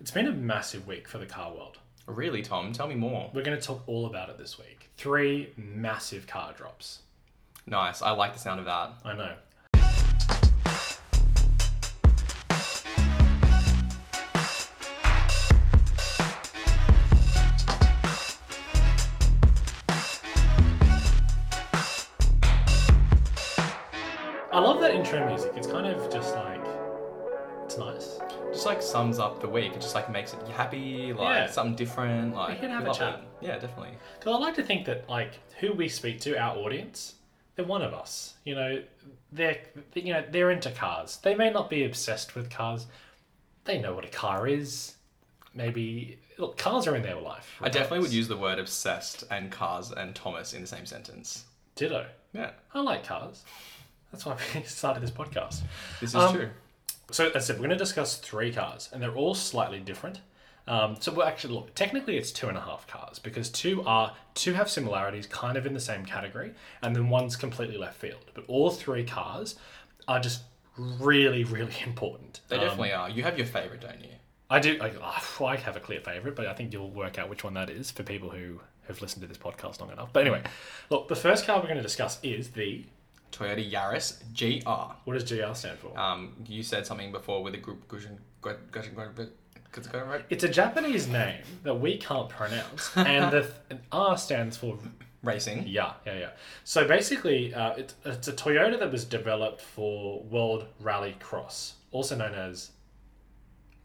It's been a massive week for the car world. Really, Tom? Tell me more. We're going to talk all about it this week. Three massive car drops. Nice. I like the sound of that. I know. I love that intro music. It's kind of just like it's nice. Just like sums up the week. It just like makes it happy, like Yeah. something different. Like can have we a love chat. it. Yeah, definitely. Because I like to think that like who we speak to, our audience, they're one of us. You know, they're you know they're into cars. They may not be obsessed with cars. They know what a car is. Maybe look, cars are in their life. I definitely would regardless. use the word obsessed and cars and Thomas in the same sentence. Ditto. Yeah, I like cars. That's why we started this podcast. this is Um, true. So as I said, we're going to discuss three cars, and they're all slightly different. Um, so we're actually look, technically it's two and a half cars because two are two have similarities, kind of in the same category, and then one's completely left field. But all three cars are just really, really important. They Um, definitely are. You have your favorite, don't you? I do. I, oh, I have a clear favorite, but I think you'll work out which one that is for people who have listened to this podcast long enough. But anyway, look, the first car we're going to discuss is the Toyota Yaris GR. what does GR stand for? Um, you said something before with the group. Gushin- Gu- Gushin- Gu- Gu- Gu- Gu- It's a Japanese name that we can't pronounce, and the th- and R stands for Racing. yeah, yeah, yeah. So basically, uh, it's it's a Toyota that was developed for World Rally Cross, also known as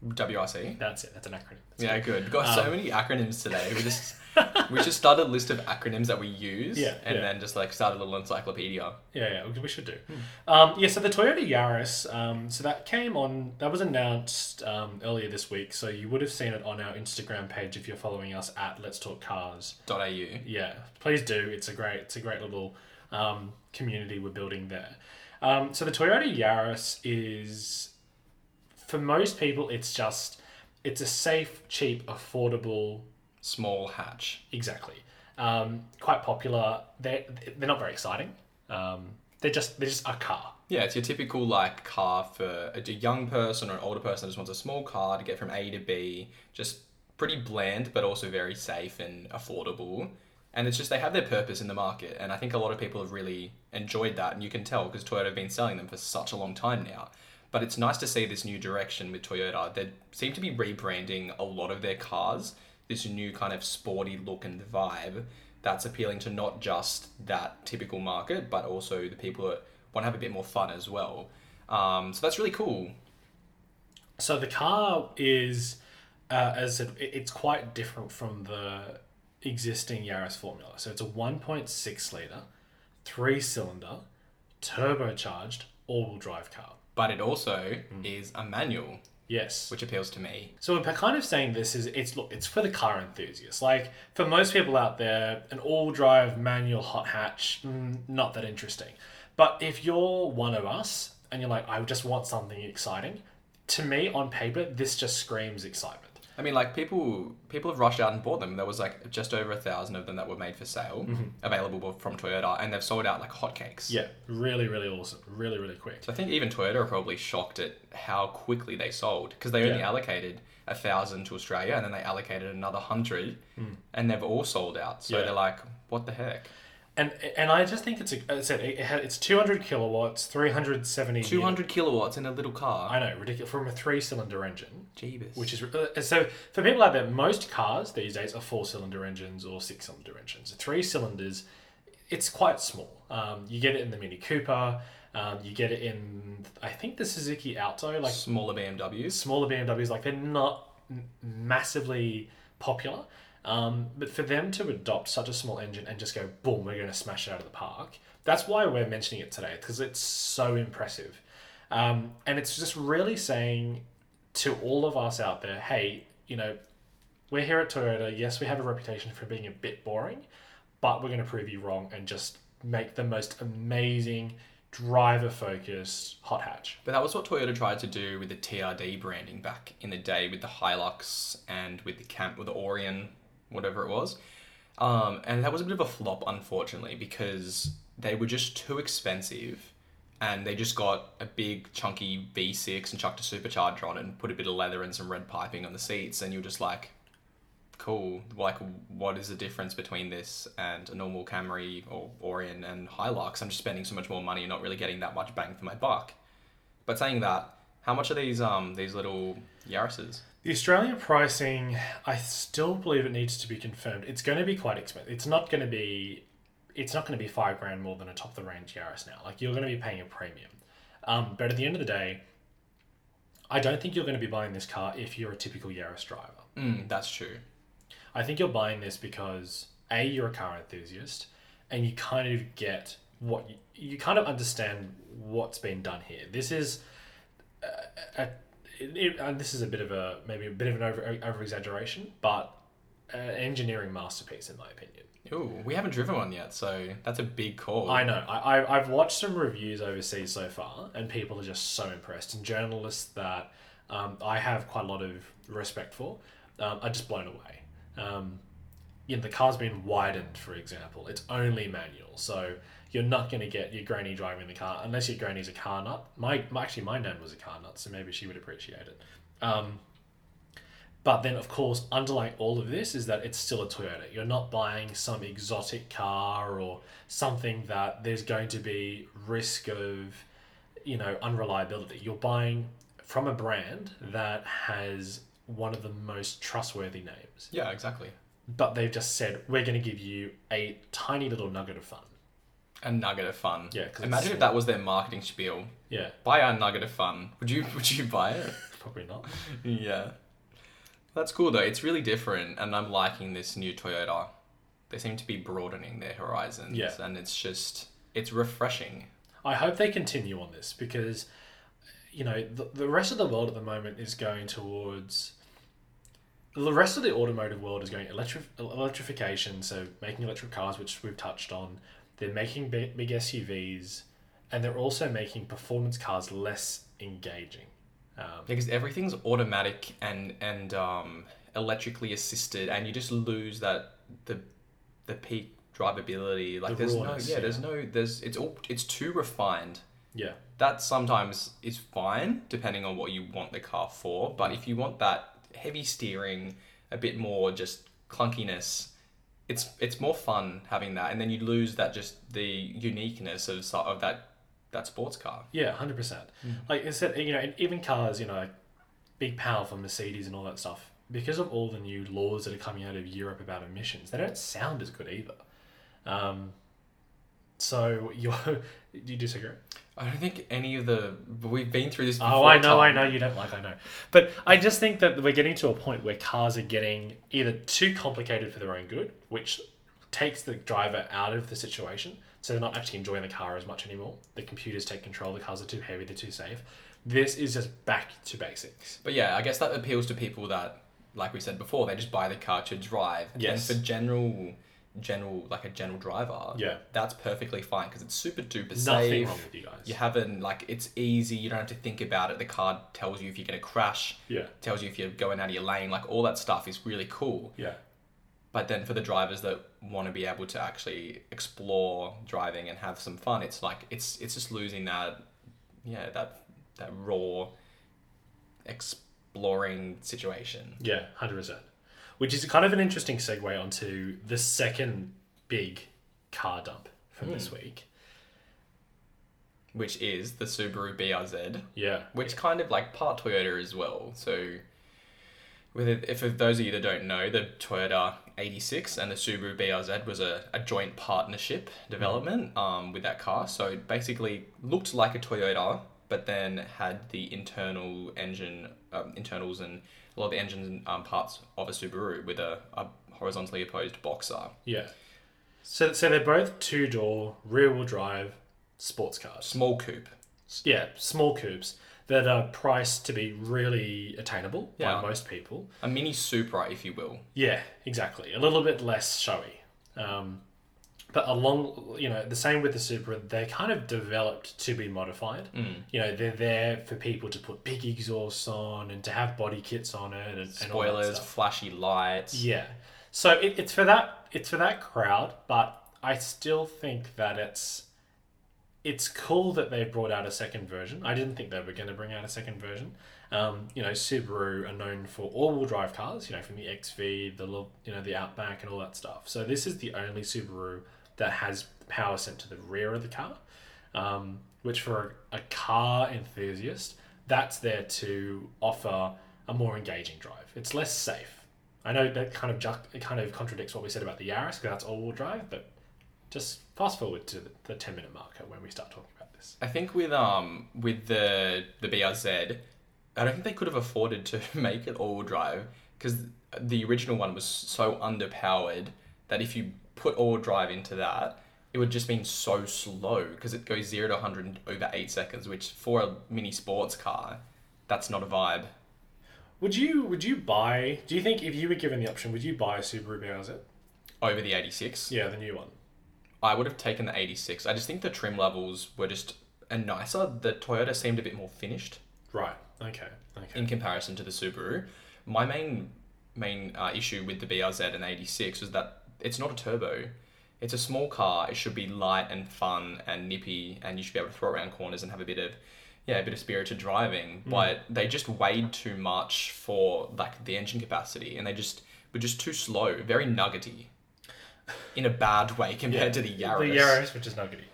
WRC. that's it. That's an acronym. That's Yeah, good. Got Um, so many acronyms today. We just we just started a list of acronyms that we use, Yeah, and yeah. then just like started a little encyclopedia. Yeah, yeah, we should do. Um, yeah, so the Toyota Yaris, um, so that came on, that was announced um, earlier this week. So you would have seen it on our Instagram page if you're following us at Let's Talk Cars. Dot au. Yeah, please do. It's a great, it's a great little um, community we're building there. Um, so the Toyota Yaris is, for most people, it's just, it's a safe, cheap, affordable Small hatch. Exactly. Um, quite popular. They're they're not very exciting. Um, they're just they're just a car. Yeah, it's your typical like car for a a young person or an older person that just wants a small car to get from A to B. Just pretty bland, but also very safe and affordable. And it's just they have their purpose in the market, and I think a lot of people have really enjoyed that, and you can tell because Toyota have been selling them for such a long time now. But it's nice to see this new direction with Toyota. They seem to be rebranding a lot of their cars, this new kind of sporty look and vibe that's appealing to not just that typical market, but also the people that want to have a bit more fun as well. Um, so that's really cool. So the car is, uh, as I said, it- it's quite different from the existing Yaris formula. So it's a 1.6 liter, three cylinder, turbocharged, all wheel drive car. But it also Mm. is a manual, Yes. which appeals to me. So we're kind of saying this is it's look it's for the car enthusiast. Like for most people out there, an all-drive manual hot hatch, mm, not that interesting. But if you're one of us and you're like, I just want something exciting, to me on paper this just screams excitement. I mean, like people people have rushed out and bought them. There was like just over a thousand of them that were made for sale, available from Toyota, and they've sold out like hotcakes. Mm-hmm. Yeah, really, really awesome, really, really quick. So I think even Toyota are probably shocked at how quickly they sold because they only Yeah. allocated a thousand to Australia and then they allocated another hundred, and they've all sold out. So Mm. Yeah. they're like, what the heck? And and I just think it's a, as I said it, ha- it's 200 kilowatts, 370. Two hundred kilowatts in a little car. I know, ridiculous from a three-cylinder engine. Jeebus. which is uh, so for people out there most cars these days are four cylinder engines or six cylinder engines three cylinders it's quite small um, you get it in the mini cooper um, you get it in i think the suzuki alto like smaller BMWs. smaller bmws like they're not m- massively popular um, but for them to adopt such a small engine and just go boom we're going to smash it out of the park that's why we're mentioning it today because it's so impressive um, and it's just really saying to all of us out there, hey, you know, we're here at Toyota. Yes, we have a reputation for being a bit boring, but we're going to prove you wrong and just make the most amazing driver focused hot hatch. But that was what Toyota tried to do with the TRD branding back in the day with the Hilux and with the Camp with the Orion, whatever it was. Um, and that was a bit of a flop, unfortunately, because they were just too expensive and they just got a big chunky V6 and chucked a supercharger on it and put a bit of leather and some red piping on the seats, and you're just like, cool. Like, what is the difference between this and a normal Camry or Orion and Hilux? I'm just spending so much more money and not really getting that much bang for my buck. But saying that, how much are these um these little Yaris's? The Australian pricing, I still believe it needs to be confirmed. It's going to be quite expensive. It's not going to be, it's not going to be five grand more than a top of the range Yaris now. Like you're going to be paying a premium. Um, but at the end of the day, I don't think you're going to be buying this car if you're a typical Yaris driver. Mm, that's true. I think you're buying this because a you're a car enthusiast, and you kind of get what you, you kind of understand what's been done here. This is uh, a, a it, it- and this is a bit of a maybe a bit of an over over exaggeration, but an engineering masterpiece in my opinion. Ooh, we haven't driven one yet, so that's a big call. I know. I, I, I've watched some reviews overseas so far, and people are just so impressed. And journalists that um, I have quite a lot of respect for um, are just blown away. Um, you know, the car's been widened, for example. It's only manual, so you're not going to get your granny driving the car unless your granny's a car nut. My, my actually, my nan was a car nut, so maybe she would appreciate it. Um, but then, of course, underlying all of this is that it's still a Toyota. You're not buying some exotic car or something that there's going to be risk of, you know, unreliability. You're buying from a brand that has one of the most trustworthy names. Yeah, exactly. But they've just said, we're going to give you a tiny little nugget of fun. A nugget of fun. Yeah, 'cause Imagine it's- if that was their marketing spiel. Yeah, Buy our nugget of fun. Would you would you buy it? probably not. yeah. That's cool though. It's really different and I'm liking this new Toyota. They seem to be broadening their horizons Yeah. and it's just it's refreshing. I hope they continue on this because, you know, the, the rest of the world at the moment is going towards. The rest of the automotive world is going electri- electrification, so making electric cars, which we've touched on. They're making big, big SUVs, and they're also making performance cars less engaging. Um, Because everything's automatic and and um, electrically assisted, and you just lose that the the peak drivability. Like The there's rawness, no yeah, there's yeah. no there's it's all it's too refined. yeah, That sometimes is fine depending on what you want the car for, but if you want that heavy steering, a bit more just clunkiness, it's it's more fun having that, and then you lose that just the uniqueness of so- of that that sports car. yeah, hundred percent. Like I said, you know, and even cars, you know, big powerful Mercedes and all that stuff. Because of all the new laws that are coming out of Europe about emissions, they don't sound as good either. Um, so you do you disagree? I don't think any of the we've been through this. Before, oh, I know, I Tom. know you don't like, I know. But I just think that we're getting to a point where cars are getting either too complicated for their own good, which takes the driver out of the situation, so they're not actually enjoying the car as much anymore. The computers take control. The cars are too heavy. They're too safe. This is just back to basics. But yeah, I guess that appeals to people that, like we said before, they just buy the car to drive. Yes. And for general, general like a general driver, Yeah. that's perfectly fine because it's super duper Nothing safe. wrong with you guys. You haven't like it's easy. You don't have to think about it. The car tells you if you're gonna crash. Yeah. Tells you if you're going out of your lane. Like all that stuff is really cool. Yeah. But then for the drivers that want to be able to actually explore driving and have some fun, it's like it's it's just losing that yeah, that that raw exploring situation. Yeah, hundred percent. Which is kind of an interesting segue onto the second big car dump from Hmm. this week. Which is the Subaru BRZ. Yeah. Which kind of like part Toyota as well. So with it, if for those of you that don't know, the Toyota 86 and the Subaru BRZ was a, a joint partnership Mm. development um, with that car. So it basically looked like a Toyota, but then had the internal engine um, internals and a lot of the engine um, parts of a Subaru with a, a horizontally opposed boxer. Yeah. So, so they're both two door, rear wheel drive sports cars. Small coupe. S- Yeah, small coupes that are priced to be really attainable Yeah. by most people. A mini Supra, if you will. Yeah, exactly. A little bit less showy. Um, but along, you know, the same with the Supra, they're kind of developed to be modified. Hmm. You know, they're there for people to put big exhausts on and to have body kits on it and, and all that Spoilers, stuff. flashy lights. Yeah. So it, it's for that it's for that crowd, but I still think that it's it's cool that they brought out a second version. I didn't think they were going to bring out a second version. Um, you know, Subaru are known for all-wheel drive cars. You know, from the XV, the lo- you know the Outback, and all that stuff. So this is the only Subaru that has power sent to the rear of the car, um, which for a, a car enthusiast, that's there to offer a more engaging drive. It's less safe. I know that kind of ju- it kind of contradicts what we said about the Yaris because that's all-wheel drive, but just fast forward to the, the 10 minute marker when we start talking about this. I think with um with the the BRZ, I don't think they could have afforded to make it all drive because the original one was so underpowered that if you put all drive into that, it would just mean so slow because it goes zero to hundred in over eight seconds, which for a mini sports car, that's not a vibe. Would you would you buy? Do you think if you were given the option, would you buy a Subaru BRZ? Over the eighty six, Yeah, the new one. I would have taken the eighty six. I just think the trim levels were just and nicer. The Toyota seemed a bit more finished. Right. Okay. Okay. in comparison to the Subaru. My main main uh, issue with the BRZ and 86 was that it's not a turbo. It's a small car. It should be light and fun and nippy, and you should be able to throw around corners and have a bit of yeah, a bit of spirited driving. But they just weighed too much for like the engine capacity, and they just were just too slow, very nuggety. In a bad way compared to the Yaris. The Yaris, which is nuggety.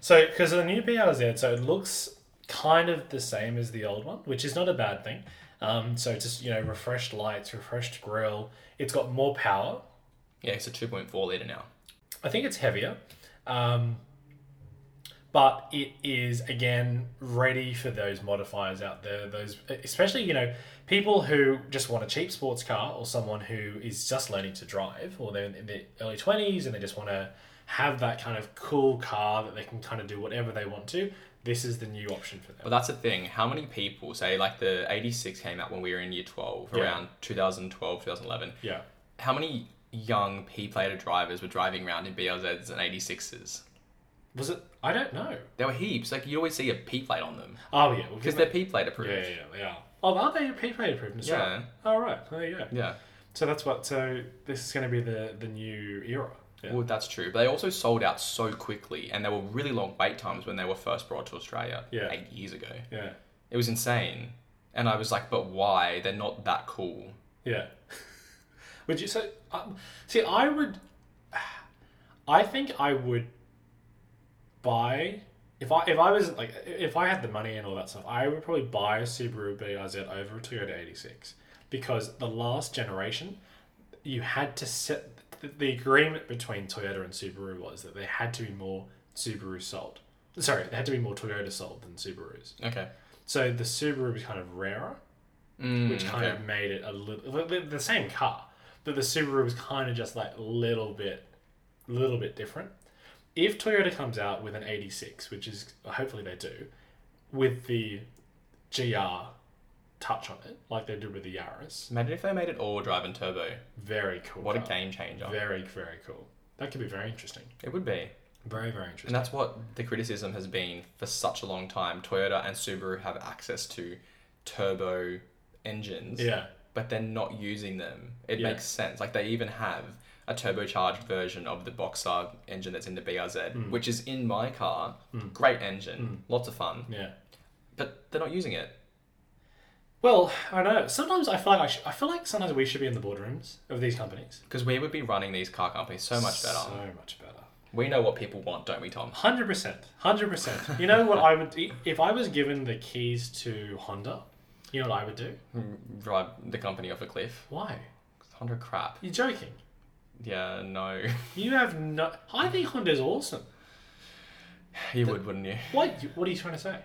So, because the new BRZ, so it looks kind of the same as the old one, which is not a bad thing. Um, so just you know, refreshed lights, refreshed grille. It's got more power. Yeah, it's a 2.4 litre now. I think it's heavier, um, but it is again ready for those modifiers out there. Those, especially you know, people who just want a cheap sports car, or someone who is just learning to drive, or they're in in their early twenties and they just want to have that kind of cool car that they can kind of do whatever they want to. This is the new option for them. But that's the thing. How many people say like the 86 came out when we were in year 12 Yeah. around 2012, 2011. Yeah. How many young P plater drivers were driving around in BLZs and 86s? Was it? I don't know. There were heaps. Like you always see a P plate on them Oh yeah, well, because they're P plate approved. yeah, yeah, yeah, they are. Oh, are they prepaid approved in Australia? Yeah. All right. There you go. Yeah. So that's what. So this is going to be the the new era. Yeah. Well, that's true. But they also sold out so quickly and there were really long wait times when they were first brought to Australia Yeah. 8 years ago. Yeah. It was insane. And I was like, but why? They're not that cool. Yeah. would you say? Um, see, I would. I think I would buy if I if I was like if I had the money and all that stuff, I would probably buy a Subaru BRZ over a Toyota eighty six because the last generation you had to set the, the agreement between Toyota and Subaru was that they had to be more Subaru sold. Sorry, they had to be more Toyota sold than Subarus. Okay. So the Subaru was kind of rarer, Mm, which kind okay. of made it a little the- the- the same car, but the Subaru was kind of just like a little bit, little bit different. If Toyota comes out with an 86, which is hopefully they do, with the GR touch on it, like they did with the Yaris, Imagine if they made it all drive and turbo. very cool. What a car. game changer. Very very cool. That could be very interesting. It would be. Very very And interesting. that's what the criticism has been for such a long time. Toyota and Subaru have access to turbo engines, Yeah. but they're not using them. It Yeah. makes sense. Like they even have a turbocharged version of the Boxer engine that's in the BRZ, Hmm. which is in my car. Great engine, lots of fun, Yeah. but they're not using it. Well, I don't know. Sometimes I feel like I, sh- I feel like sometimes we should be in the boardrooms of these companies. Because we would be running these car companies so much better. So much better. we know what people want, don't we, Tom? Hundred percent, hundred percent. You know what I would if I was given the keys to Honda. You know what I would do? Drive the company off a cliff. Why? Honda crap. You're joking. Yeah, no. You have no. I think Honda's awesome. you would, wouldn't you? What? What are you trying to say?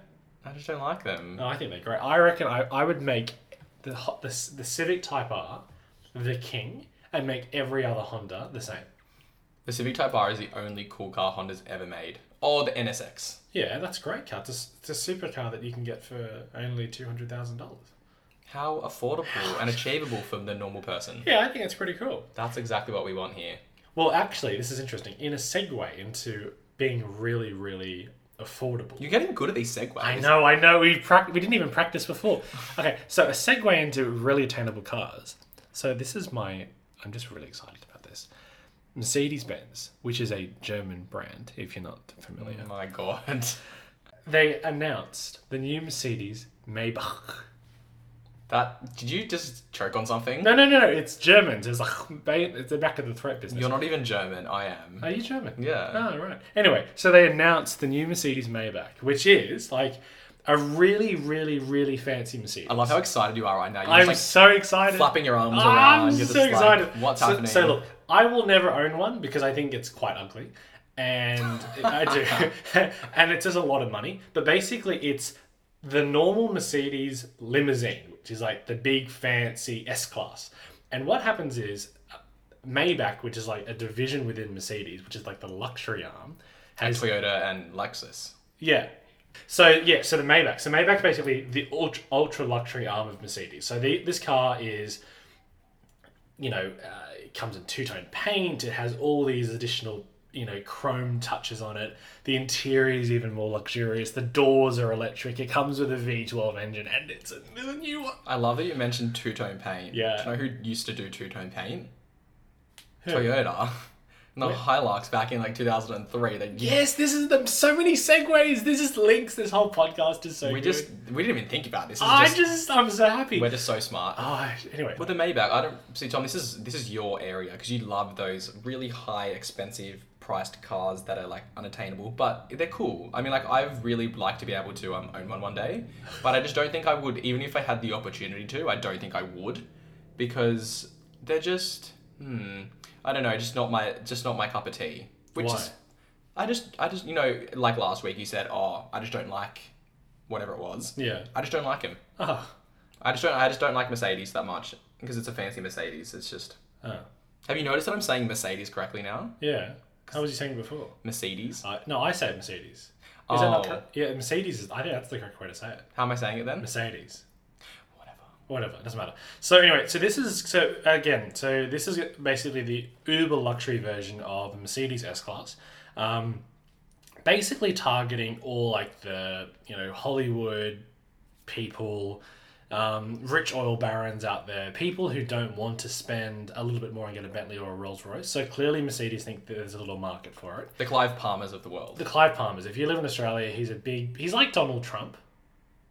I just don't like them. No, I think they're great. I reckon I, I would make the, Ho- the S- the Civic Type R the king and make every other Honda the same. The Civic Type R is the only cool car Honda's ever made. Oh, the NSX. Yeah, that's a great car. It's a, s- it's a supercar that you can get for only two hundred thousand dollars. How affordable and achievable for the normal person. Yeah, I think it's pretty cool. That's exactly what we want here. Well, actually, this is interesting. In a segue into being really, really affordable. You're getting good at these segues. I know, I know. We prac- we didn't even practice before. Okay, so a segue into really attainable cars. So this is my. I'm just really excited about this. Mercedes Benz, which is a German brand, if you're not familiar. Oh my god. They announced the new Mercedes Maybach. That did you just choke on something? No, no, no, no. It's Germans. It's like ba- it's the back of the throat business. You're not even German. I am. Are you German? Yeah. Oh, right. Anyway, so they announced the new Mercedes Maybach, which is like a really, really, really fancy Mercedes. I love how excited you are right now. You're I'm just so excited. like flapping your arms around. I'm You're so just excited. Like, What's so, happening? So look, I will never own one because I think it's quite ugly, and I do, and it does a lot of money. But basically, it's the normal Mercedes limousine, which is like the big fancy S class. And what happens is uh, Maybach, which is like a division within Mercedes, which is like the luxury arm, has Toyota and Lexus. yeah. So yeah, so the Maybach. So Maybach's basically the ultra, ultra luxury arm of Mercedes. So the, this car is, you know, uh, it comes in two tone paint. It has all these additional, you know, chrome touches on it. The interior is even more luxurious. The doors are electric. It comes with a V12 engine, and it's a, it's a new one. I love that you mentioned two tone paint. Yeah. Do you know who used to do two tone paint? Toyota. And the Hilux back in like 2003. They, Yes, this is the so many segues. This is links. This whole podcast is so. We good. just we didn't even think about this. It's I just, just, I'm so happy. we're just so smart. Oh, anyway, With the Maybach, I don't see Tom. This is this is your area because you love those really high, expensive priced cars that are like unattainable, but they're cool. I mean, like I've really like to be able to um, own one one day, but I just don't think I would. Even if I had the opportunity to, I don't think I would, because they're just hmm. I don't know, just not my just not my cup of tea. Which Why? is, I just I just you know like last week you said oh I just don't like whatever it was. yeah. I just don't like him. Oh, I just don't. I just don't like Mercedes that much because it's a fancy Mercedes. It's just. oh. Have you noticed that I'm saying Mercedes correctly now? Yeah. How was you saying before? Mercedes. Uh, no, I say Mercedes. Is that not Oh. correct? Yeah, Mercedes is. I think that's the correct way to say it. How am I saying it then? Mercedes. Whatever. Whatever, it doesn't matter. So anyway, so this is so again, so this is basically the uber luxury version of the Mercedes S Class, um, basically targeting all like the you know Hollywood people, um, rich oil barons out there, people who don't want to spend a little bit more and get a Bentley or a Rolls Royce. So clearly, Mercedes think that there's a little market for it. The Clive Palmers of the world. the Clive Palmers. If you live in Australia, he's a big. He's like Donald Trump,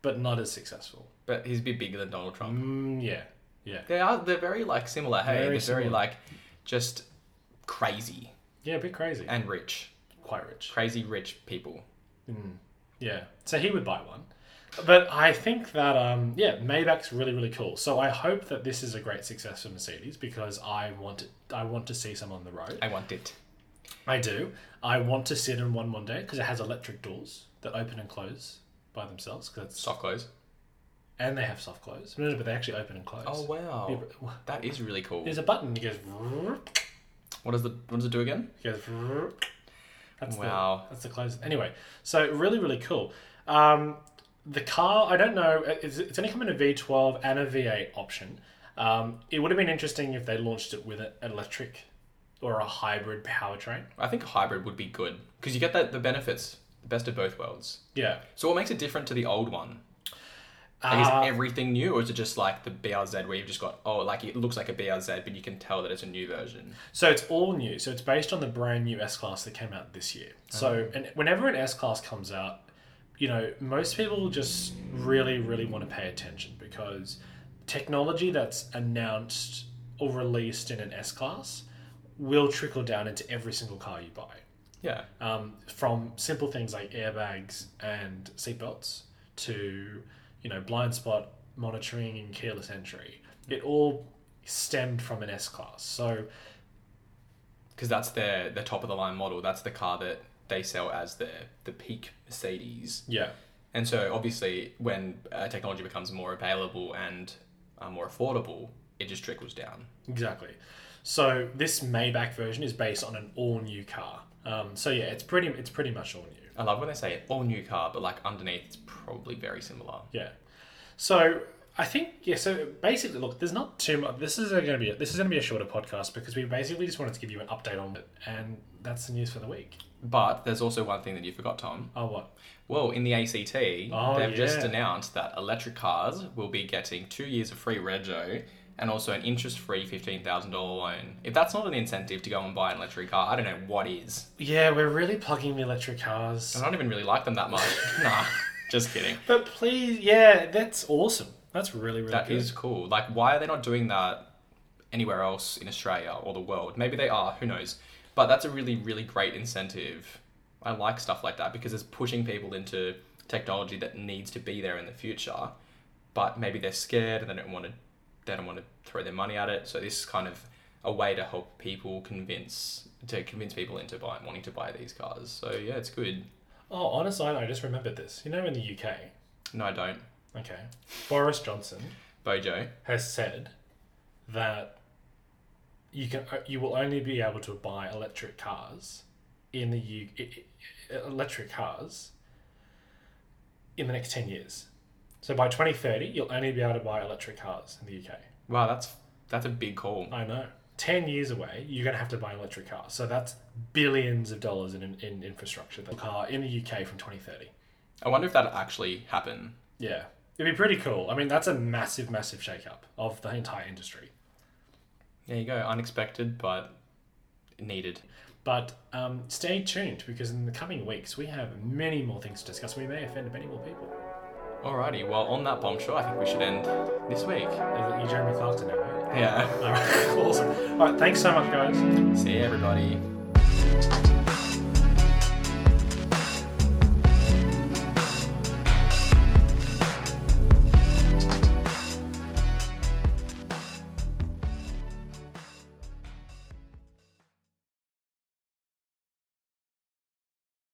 but not as successful. But he's a bit bigger than Donald Trump. Mm, yeah, yeah, They are. They're very like similar. Hey, Very they're very similar. like just crazy yeah. A bit crazy. and rich. Quite rich. Crazy rich people. Yeah. So he would buy one. But I think that um, yeah, Maybach's really really cool. So I hope that this is a great success for Mercedes because I want it. I want to see some on the road. I want it. I do. I want to sit in one one day because it has electric doors that open and close by themselves. 'cause it's- Soft clothes. and they have soft close. No, no, but they actually open and close. Oh wow. Yeah, That is really cool. There's a button. It goes. What does the What does it do again? He goes. "Vroom." That's Wow. The, that's the close. Anyway, so really, really cool. Um, the car, I don't know. It's, it's only come in a V12 and a V8 option. Um, it would have been interesting if they launched it with an electric or a hybrid powertrain. I think a hybrid would be good because you get that the benefits, the best of both worlds. Yeah. So what makes it different to the old one? Like, Uh, is everything new, or is it just like the BRZ where you've just got oh, like it looks like a BRZ, but you can tell that it's a new version? So it's all new. So it's based on the brand new S class that came out this year. So and whenever an S class comes out, you know most people just really, really want to pay attention because technology that's announced or released in an S class will trickle down into every single car you buy Yeah, um, from simple things like airbags and seatbelts to you know blind spot monitoring and careless entry. It all stemmed from an S class. So because that's their the top of the line model. That's the car that they sell as the the peak Mercedes. yeah. And so obviously, when uh, technology becomes more available and uh, more affordable, it just trickles down. Exactly. So this Maybach version is based on an all new car. Um, so yeah, it's pretty it's pretty much all new. I love when they say all new car, but like underneath, it's probably very similar. Yeah. So I think yeah. So basically, look, there's not too much. This is going to be a, this is going to be a shorter podcast because we basically just wanted to give you an update on it, and that's the news for the week. But there's also one thing that you forgot, Tom. Oh what? Well, in the ACT, they've Oh, just yeah. announced that electric cars will be getting two years of free rego and also an interest-free fifteen thousand dollar loan. If that's not an incentive to go and buy an electric car, I don't know what is. Yeah, we're really plugging the electric cars. I don't even really like them that much. nah, just kidding. But please, yeah, that's awesome. That's really, really That good. is cool. Like, why are they not doing that anywhere else in Australia or the world? Maybe they are, who knows? But that's a really, really great incentive. I like stuff like that because it's pushing people into technology that needs to be there in the future. But maybe they're scared and they don't want to they don't want to throw their money at it. So this is kind of a way to help people convince to convince people into buying wanting to buy these cars. So yeah, it's good. Oh, on a side note, I just remembered this. You know, in the UK, No, I don't. okay, Boris Johnson Bojo. has said that you can uh, you will only be able to buy electric cars in the U, e- e- electric cars in the next ten years. So by twenty thirty, you'll only be able to buy electric cars in the UK. Wow, that's that's a big call. I know. 10 years away, you're going to have to buy an electric car. So that's billions of dollars in, in infrastructure. The car in the UK from 2030. I wonder if that'll actually happen. Yeah. It'd be pretty cool. I mean, that's a massive, massive shakeup of the entire industry. There you go. Unexpected, but needed. But um, stay tuned because in the coming weeks, we have many more things to discuss. We may offend many more people. Alrighty. Well, on that bombshell, I think we should end this week. You're Jeremy Clarkson now, right? Yeah. All right. Awesome. All right. Thanks so much, guys. See you, everybody.